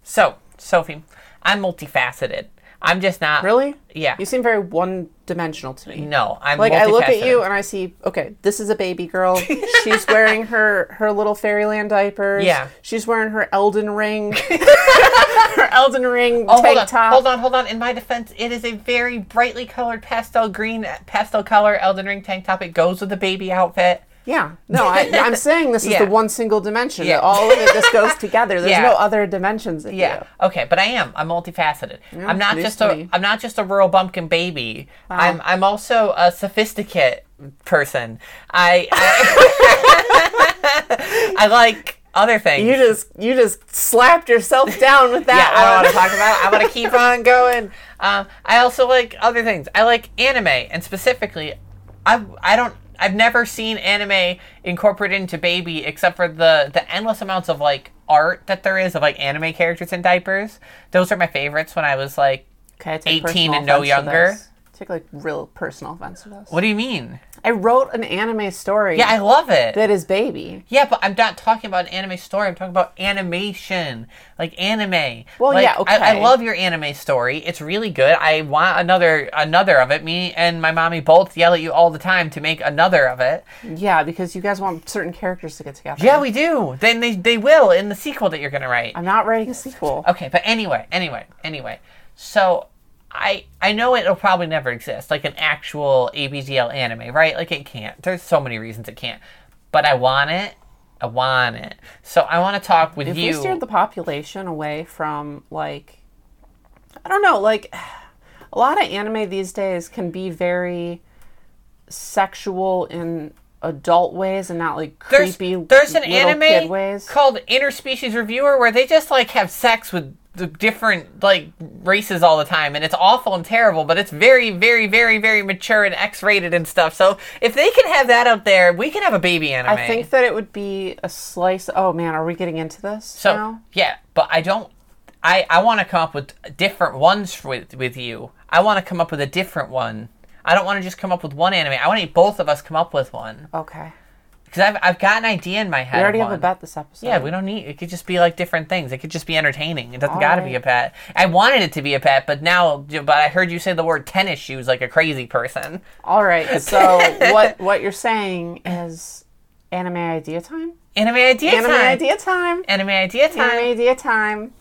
B: so Sophie, I'm multifaceted. I'm just not
C: Really?
B: Yeah.
C: You seem very one dimensional to me.
B: No, I'm
C: Like I look at
B: multifaceted.
C: you and I see, okay, this is a
B: *laughs*
C: baby girl. She's wearing her her little fairyland diapers.
B: Yeah.
C: She's wearing her Elden
B: *laughs*
C: Ring. her Elden Ring
B: Oh,
C: tank
B: hold on,
C: top.
B: hold on, hold on. In my defense, it is a very brightly colored pastel green, pastel color Elden Ring tank top. It goes with the baby outfit.
C: Yeah. No, I, I'm saying this is
B: Yeah.
C: the one single dimension.
B: Yeah.
C: All of it just goes together. There's
B: Yeah.
C: no other dimensions. that
B: Yeah.
C: do.
B: Okay, but I am. I'm multifaceted. I'm not
C: nice
B: just
C: to
B: a.
C: me.
B: am not just a rural bumpkin baby. I'm. I'm also a sophisticate person. I. I, I *laughs* like other things.
C: You just you just slapped yourself down with
B: yeah,
C: that.
B: I don't want
C: one.
B: to talk about it. I want to
C: *laughs*
B: keep on going. Um, I also like other things. I like anime, and specifically, I I don't. I've never seen anime incorporated into baby except for the the endless amounts of like art that there is of like anime characters in diapers. Those are my favorites when I was like,
C: Okay, I take
B: 18
C: personal
B: and no
C: offense to
B: younger.
C: this. Take like real personal offense to this.
B: what do you mean?
C: I wrote an anime story.
B: Yeah, I love it.
C: that is baby.
B: yeah, but I'm not talking about an anime story. I'm talking about animation, like anime.
C: Well,
B: Like,
C: yeah,
B: I, I
C: okay.
B: love your anime story. It's really good. I want another another of it. Me and my mommy both yell at you all the time to make another of it.
C: Yeah, because you guys want certain characters to get together.
B: Yeah, we do. Then they they will in the sequel that you're gonna write.
C: I'm not writing a sequel.
B: Okay, but anyway, anyway, anyway. So I I know it'll probably never exist, like an actual ABGL anime, right? Like it can't. There's so many reasons it can't. But I want it. I want it. So I want to talk with
C: if
B: you.
C: we steered the population away from like I don't know, like a lot of anime these days can be very sexual in adult ways and not like
B: there's,
C: creepy
B: there's an
C: little kid
B: anime
C: ways.
B: called Interspecies Reviewer where they just like have sex with the different like races all the time and it's awful and terrible but it's very very very very mature and x-rated and stuff so if they can have that out there we can have a baby anime
C: I think that it would be a slice. Oh man, are we getting into this
B: So
C: now?
B: yeah, but I don't. I I want to come up with different ones with with you. I want to come up with a different one. I don't want to just come up with one anime. I want to both of us come up with one
C: Okay,
B: because I've I've got an idea in my head.
C: we already
B: of
C: have a
B: one.
C: bet this episode.
B: Yeah, we don't need. It could just be like different things. It could just be entertaining. It doesn't
C: All
B: got to
C: right.
B: be a pet. I wanted it to be a pet, but now, but I heard you say the word tennis shoes like a crazy person. *laughs*
C: All right. So what what you're saying is anime idea time?
B: Anime idea
C: Anime
B: time.
C: idea time.
B: Anime idea time.
C: Anime idea time.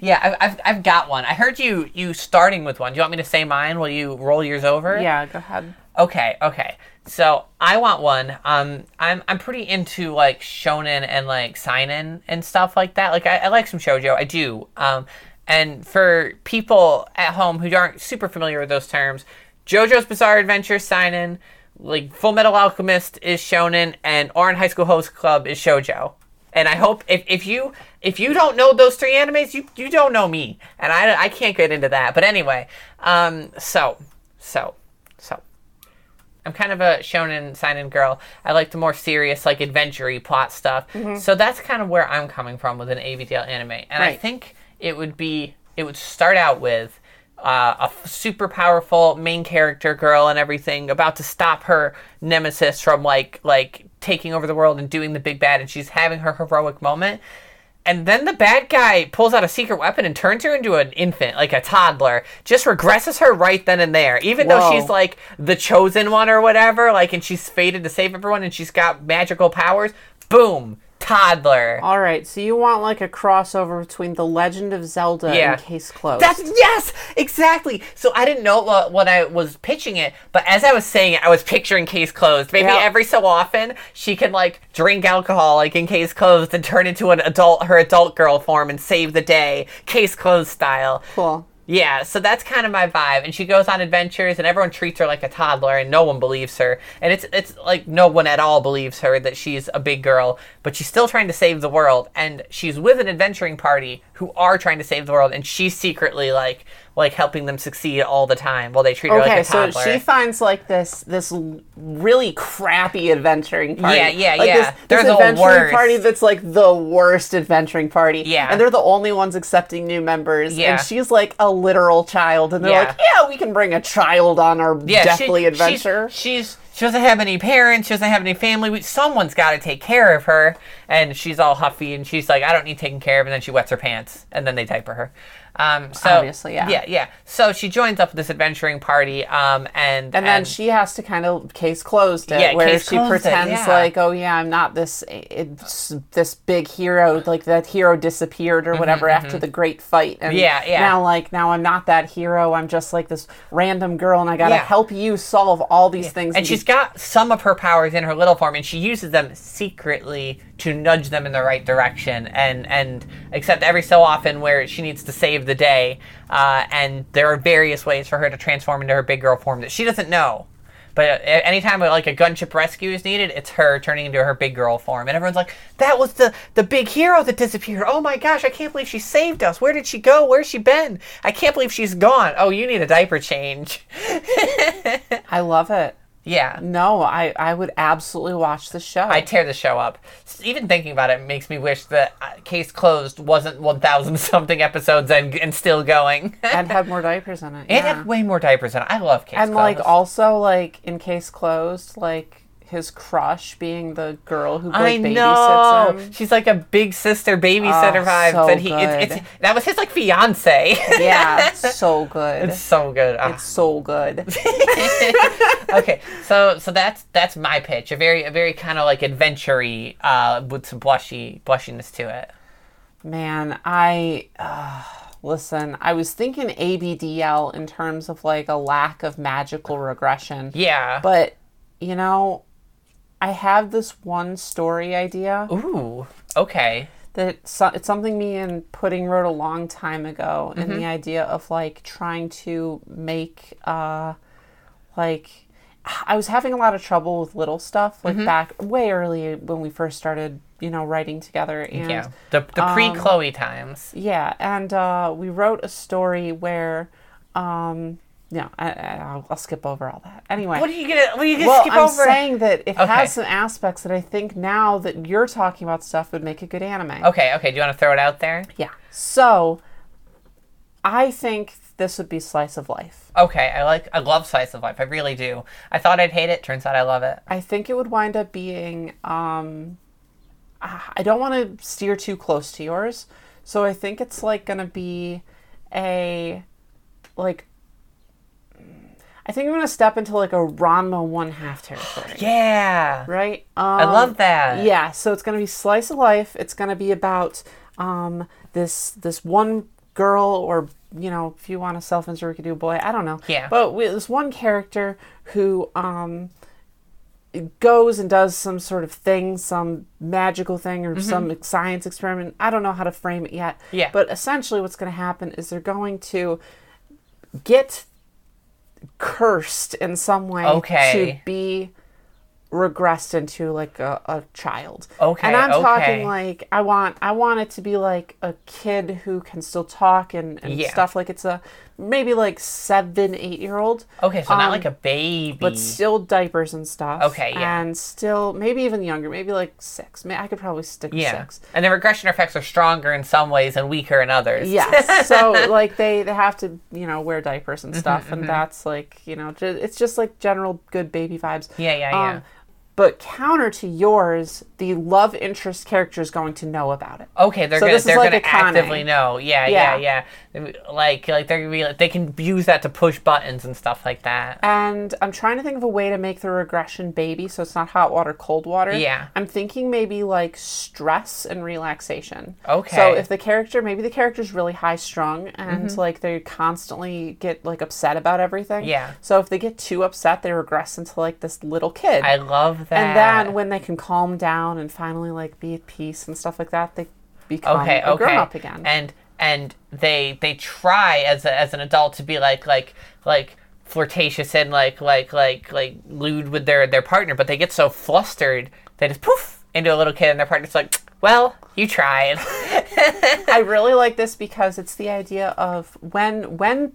B: Yeah, I, I've I've got one. I heard you you starting with one. Do you want me to say mine while you roll yours over?
C: Yeah, go ahead.
B: Okay, okay. So I want one. Um, I'm I'm pretty into like shonen and like seinen and stuff like that. Like I, I like some shojo. I do. Um, and for people at home who aren't super familiar with those terms, JoJo's Bizarre Adventure seinen, like Full Metal Alchemist is shonen, and Orange High School Host Club is shojo. And I hope if, if you if you don't know those three animes, you you don't know me, and I I can't get into that. But anyway, um, so so so. I'm kind of a shonen seinen girl. I like the more serious, like adventure plot stuff.
C: Mm-hmm.
B: So that's kind of where I'm coming from with an AVDL anime, and I
C: Right.
B: think it would be it would start out with uh, a f- super powerful main character girl and everything about to stop her nemesis from like like taking over the world and doing the big bad, and she's having her heroic moment. And then the bad guy pulls out a secret weapon and turns her into an infant, like a toddler. Just regresses her right then and there, even though
C: Whoa.
B: she's like the chosen one or whatever. Like, and she's fated to save everyone, and she's got magical powers. Boom, toddler.
C: All right, so you want like a crossover between The Legend of Zelda
B: Yeah.
C: and Case Closed.
B: That's yes, exactly. So I didn't know what, what I was pitching it, but as I was saying it, I was picturing Case Closed. Maybe
C: Yeah.
B: every so often she can like drink alcohol, like in Case Closed, and turn into an adult, her adult girl form, and save the day, Case Closed style.
C: cool.
B: Yeah, so that's kind of my vibe. And she goes on adventures, and everyone treats her like a toddler, and no one believes her. And it's it's like no one at all believes her that she's a big girl, but she's still trying to save the world. And she's with an adventuring party who are trying to save the world, and she's secretly like like helping them succeed all the time while they treat her
C: Okay,
B: like a
C: so
B: toddler.
C: she finds like this this l- really crappy adventuring party.
B: Yeah, yeah,
C: like,
B: yeah.
C: This,
B: They're
C: this
B: the
C: adventuring
B: worst.
C: party that's like the worst adventuring party.
B: Yeah.
C: and they're the only ones accepting new members.
B: Yeah.
C: and she's like a literal child, and they're
B: Yeah.
C: like, yeah, we can bring a child on our deathly
B: she-
C: adventure.
B: She's, she's she doesn't have any parents. She doesn't have any family. We- Someone's got to take care of her, and she's all huffy and she's like, "I don't need taken care of." And then she wets her pants, and then they diaper her. Um, so
C: Obviously, yeah.
B: yeah, yeah. So she joins up with this adventuring party, um, and
C: and then she has to kind of case closed it,
B: Yeah,
C: where
B: case
C: she
B: closed it,
C: pretends
B: yeah.
C: like, oh yeah, I'm not this it's this big hero, like that hero disappeared or whatever after the great fight, and
B: Mm-hmm, Yeah, yeah.
C: now like now I'm not that hero, I'm just like this random girl, and I gotta
B: Yeah.
C: help you solve all these things.
B: and she's got some of her powers in her little form, and she uses them secretly to nudge them in the right direction. And and except every so often where she needs to save the day, uh, and there are various ways for her to transform into her big girl form that she doesn't know. But uh, anytime like a gunship rescue is needed, it's her turning into her big girl form, and everyone's like, "That was the the big hero that disappeared. Oh my gosh, I can't believe she saved us. Where did she go? Where's she been? I can't believe she's gone. Oh, you need a diaper change. *laughs*
C: I love it.
B: Yeah,
C: No, I I would absolutely watch the show.
B: I tear the show up. S- Even thinking about it makes me wish that uh, Case Closed wasn't 1,000 *laughs* something episodes and, and still going. *laughs* it
C: and had more diapers in it. yeah.
B: had way more diapers in it. I love Case
C: and
B: Closed.
C: like also like in case closed, like his crush being the girl who like,
B: I
C: babysits
B: know.
C: him.
B: She's like a big sister babysitter
C: Oh,
B: vibes,
C: so
B: and he it's, it's
C: good.
B: that was his like fiance. *laughs*
C: yeah, it's so good. It's
B: so good. Ah.
C: so good.
B: okay, so so that's that's my pitch. A very a very kind of like adventure-y, uh, with some blushy blushiness to it.
C: Man, I uh, listen. I was thinking ABDL in terms of like a lack of magical regression.
B: Yeah.
C: But you know, I have this one story idea
B: Ooh. Okay.
C: that so- it's something me and Pudding wrote a long time ago, and
B: Mm-hmm.
C: the idea of like trying to make uh, like I was having a lot of trouble with little stuff
B: Mm-hmm.
C: like back way early when we first started, you know, writing together, and
B: Yeah. The the
C: Um,
B: pre Chloe times.
C: yeah, and uh, we wrote a story where, um, no, I, I, I'll, I'll skip over all that. Anyway,
B: What are you gonna? What are you gonna
C: well,
B: skip
C: I'm
B: over?
C: saying that it
B: Okay.
C: has some aspects that I think now that you're talking about stuff would make a good anime.
B: Okay, okay. Do you want to throw it out there?
C: Yeah. So, I think this would be slice of life.
B: Okay, I like. I love slice of life. I really do. I thought I'd hate it. Turns out I love it.
C: I think it would wind up being. Um, ah, I don't want to steer too close to yours, so I think it's like gonna be a like. I think I'm gonna step into like a Ranma one half territory.
B: Yeah,
C: Right. Um,
B: I love that.
C: Yeah, so it's gonna be slice of life. It's gonna be about um, this this one girl or you know if you want to self-insert we could do a boy i don't know
B: Yeah.
C: but we, this one character who um goes and does some sort of thing some magical thing or some science experiment i don't know how to frame it yet
B: Mm-hmm. Yeah.
C: but essentially what's going to happen is they're going to get cursed in some way
B: Okay.
C: to be regressed into like a, a child.
B: Okay,
C: And I'm
B: okay.
C: talking like I want I want it to be like a kid who can still talk and, and
B: Yeah.
C: stuff. Like it's a maybe like seven, eight year old.
B: Okay, so not
C: Um,
B: like a baby.
C: But still diapers and stuff.
B: Okay, yeah.
C: And still maybe even younger, maybe like six. May I could probably stick to
B: yeah.
C: six.
B: And the regression effects are stronger in some ways and weaker in others.
C: Yes. So like they they have to you know wear diapers
B: Mm-hmm,
C: and stuff, and that's like you know ju- it's just like general good baby vibes. Um,
B: Yeah, yeah, yeah.
C: but counter to yours, the love interest character is going to know about it.
B: *laughs* Okay, they're
C: So
B: gonna
C: this is
B: they're
C: like
B: gonna
C: a Kanye.
B: actively know. Yeah, yeah, yeah, Like like they're gonna be like, they can use that to push buttons and stuff like that.
C: And I'm trying to think of a way to make the regression baby, so it's not hot water, cold water.
B: Yeah.
C: I'm thinking maybe like stress and relaxation. So
B: Okay.
C: if the character, maybe the character's really high strung and
B: Mm-hmm.
C: like they constantly get like upset about everything.
B: Yeah.
C: So if they get too upset, they regress into like this little kid.
B: I love that.
C: and then when they can calm down and finally like be at peace and stuff like that, they become
B: okay,
C: a
B: okay,
C: grown up again.
B: and and they they try as a, as an adult to be like like like flirtatious and like like like like lewd with their their partner, but they get so flustered they just poof into a little kid, and their partner's like, "Well, you tried." *laughs*
C: I really like this because it's the idea of when when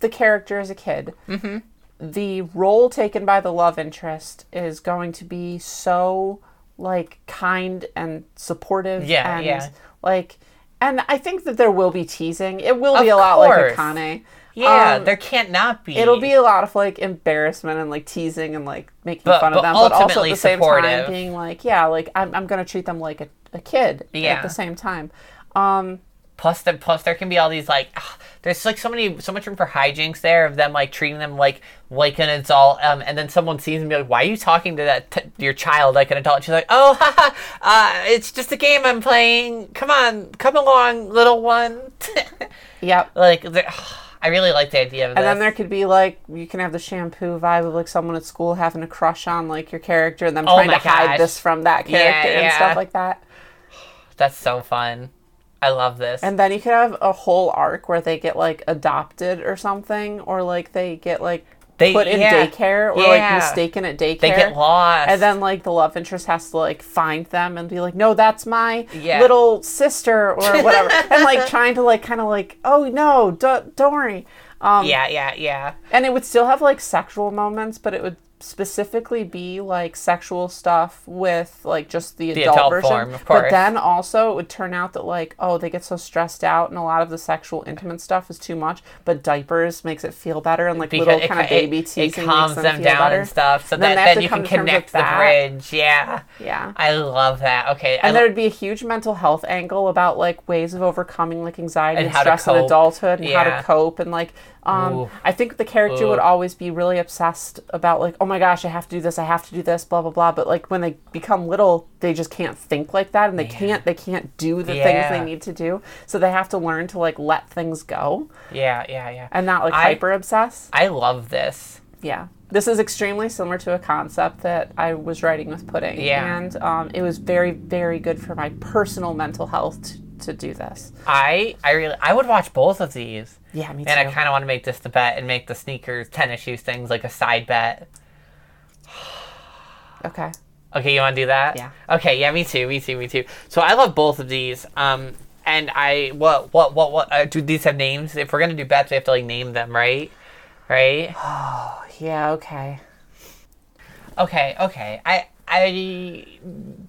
C: the character is a kid,
B: Mm-hmm.
C: the role taken by the love interest is going to be so like kind and supportive.
B: Yeah,
C: and,
B: yeah.
C: Like, and I think that there will be teasing. It will be a lot
B: course.
C: like Akane.
B: yeah,
C: Um,
B: Ah, there can't not be.
C: It'll be a lot of like embarrassment and like teasing and like making
B: But-
C: fun
B: but
C: of them, but also at
B: ultimately
C: the same
B: supportive.
C: time being like, yeah, like I'm, I'm gonna treat them like a, a kid
B: Yeah.
C: at the same time. Um,
B: Plus, the, plus there can be all these like, ah, there's like so many, so much room for hijinks there of them like treating them like like an adult, um, and then someone sees them and be like, "Why are you talking to that t- your child like an adult?" she's like, "Oh, *laughs* ha, ha, uh, it's just a game I'm playing. Come on, come along, little one." *laughs*
C: yep.
B: like, the- ah, I really like the idea of
C: And then
B: this.
C: there could be like you can have the shampoo vibe of like someone at school having a crush on like your character and them
B: Oh
C: trying
B: my
C: to
B: gosh.
C: hide this from that character and
B: yeah.
C: stuff like that.
B: That's so fun. I love this.
C: And then you could have a whole arc where they get like adopted or something, or like they get like
B: They-
C: put in
B: yeah.
C: daycare or
B: Yeah.
C: like mistaken at daycare.
B: they get lost.
C: And then like the love interest has to like find them and be like, no, that's my
B: Yeah.
C: little sister or whatever,
B: *laughs*
C: and like trying to like kind of like, oh no, don't don't worry. Um,
B: yeah, yeah, yeah.
C: and it would still have like sexual moments, but it would specifically be like sexual stuff with like just the adult,
B: adult
C: version.
B: form, of
C: But
B: course.
C: then also it would turn out that like oh they get so stressed out and a lot of the sexual intimate stuff is too much, but diapers makes it feel better and like
B: Because
C: little
B: it
C: kind of
B: ca- it-
C: baby
B: it,
C: teasing
B: calms
C: makes
B: them,
C: feel
B: down
C: better.
B: and stuff so
C: then
B: that
C: they have
B: then
C: to
B: you
C: come
B: can
C: to terms with
B: connect the
C: that.
B: bridge yeah
C: Yeah.
B: i love that okay I
C: And
B: lo-
C: there would be a huge mental health angle about like ways of overcoming like anxiety
B: And
C: and,
B: how to
C: stress in
B: cope.
C: adulthood and how
B: Yeah.
C: to cope and like um
B: Oof.
C: I think the character would
B: Oof.
C: always be really obsessed about like oh my gosh I have to do this I have to do this blah blah blah but like when they become little they just can't think like that and they can't they can't do the things
B: Yeah.
C: they need to do so they have to learn to like let things go
B: yeah yeah yeah
C: and not like
B: I-
C: hyper obsess
B: i love this
C: yeah this is extremely similar to a concept that I was writing with pudding
B: Yeah.
C: and um, it was very very good for my personal mental health t- to do this
B: i i really i would watch both of these
C: yeah me too
B: and i kind of want to make this the bet and make the sneakers tennis shoes things like a side bet
C: okay
B: Okay, you want to do that?
C: Yeah.
B: Okay, yeah, me too, me too, me too. So I love both of these. Um, and I what what what what uh, do these have names? If we're gonna do bets, we have to like name them, right?
C: *sighs*
B: Right?
C: yeah okay
B: Okay, okay. I I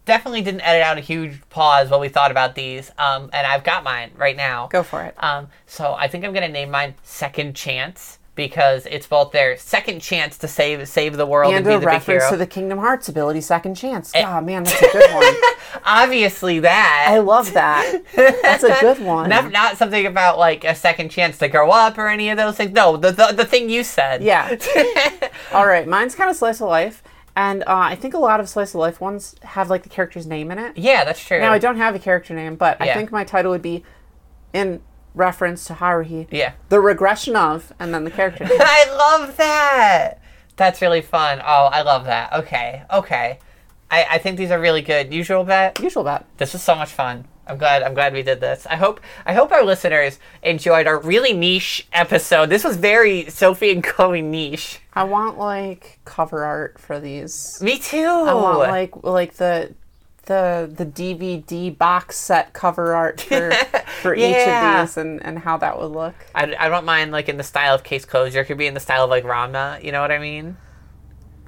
B: definitely didn't edit out a huge pause while we thought about these. Um, and I've got mine right now.
C: go for it
B: Um, so I think I'm gonna name mine Second Chance because it's both their second chance to save save the world and,
C: and a
B: be the big
C: reference
B: hero. Eh.
C: to the Kingdom Hearts ability Second Chance. Ah, man, that's a good one.
B: Obviously, that
C: I love that. That's a good one.
B: Not, not something about like a second chance to grow up or any of those things. No, the the, the thing you said.
C: Yeah. All right, mine's kind of slice of life, and uh, I think a lot of slice of life ones have like the character's name in
B: *laughs*
C: it.
B: yeah, that's true.
C: Now I don't have a character name, but
B: Yeah.
C: I think my title would be in reference to Haruhi.
B: Yeah. *laughs*
C: The regression of, and then the character. *laughs* name.
B: I love that. That's really fun. Oh, I love that. Okay, okay. I, I think these are really good. Usual bet.
C: Usual bet.
B: This is so much fun. I'm glad. I'm glad we did this. I hope. I hope our listeners enjoyed our really niche episode. This was very Sophie and Chloe niche.
C: I want like cover art for these.
B: Me too.
C: I want like like the the the DVD box set cover art for for each
B: Yeah.
C: of these and and how that would look.
B: I, I don't mind like in the style of case closure. It could be in the style of like Ramna. You know what I mean?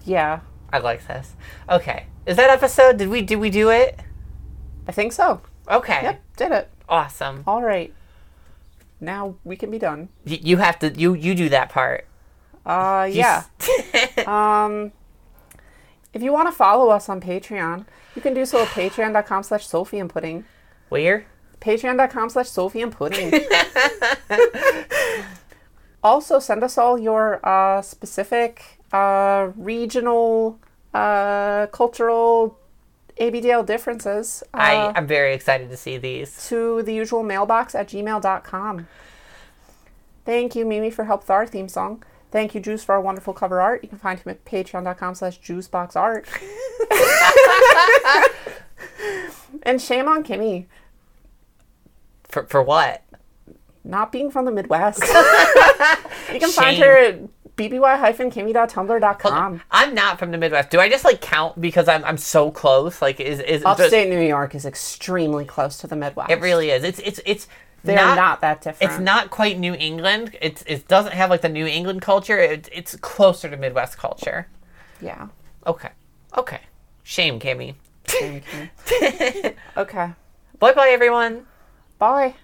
C: Yeah,
B: I like this. Okay. Is that episode? Did we did we do it?
C: I think so.
B: Okay.
C: Yep, did it.
B: Awesome.
C: All right. Now we can be done.
B: Y- you have to you you do that part.
C: Uh,
B: You *laughs*
C: yeah.
B: s-
C: Um, if you want to follow us on Patreon, you can do so at patreon.com slash Sophie and Pudding.
B: Where?
C: Patreon.com slash Sophie and Pudding. *laughs* also, send us all your uh, specific uh, regional, uh, cultural ABDL differences uh,
B: I I'm very excited to see these.
C: to the usual mailbox at gmail.com. Thank you, Mimi, for help with our theme song. Thank you, Juice, for our wonderful cover art. You can find him at patreon.com slash juiceboxart. and shame on Kimmy,
B: For for what?
C: not being from the
B: *laughs*
C: Midwest. you can find her at bby-kimmy.tumblr.com.
B: I'm not from the Midwest. Do I just like count because I'm I'm so close? Like is is
C: Upstate New York is extremely close to the Midwest.
B: it really is. It's it's it's
C: They're not, that different.
B: it's not quite New England. It's it doesn't have like the New England culture. It, it's closer to Midwest culture.
C: Yeah.
B: Okay. Okay. Shame, Kimmy.
C: Okay.
B: *laughs* Bye bye, everyone.
C: Bye.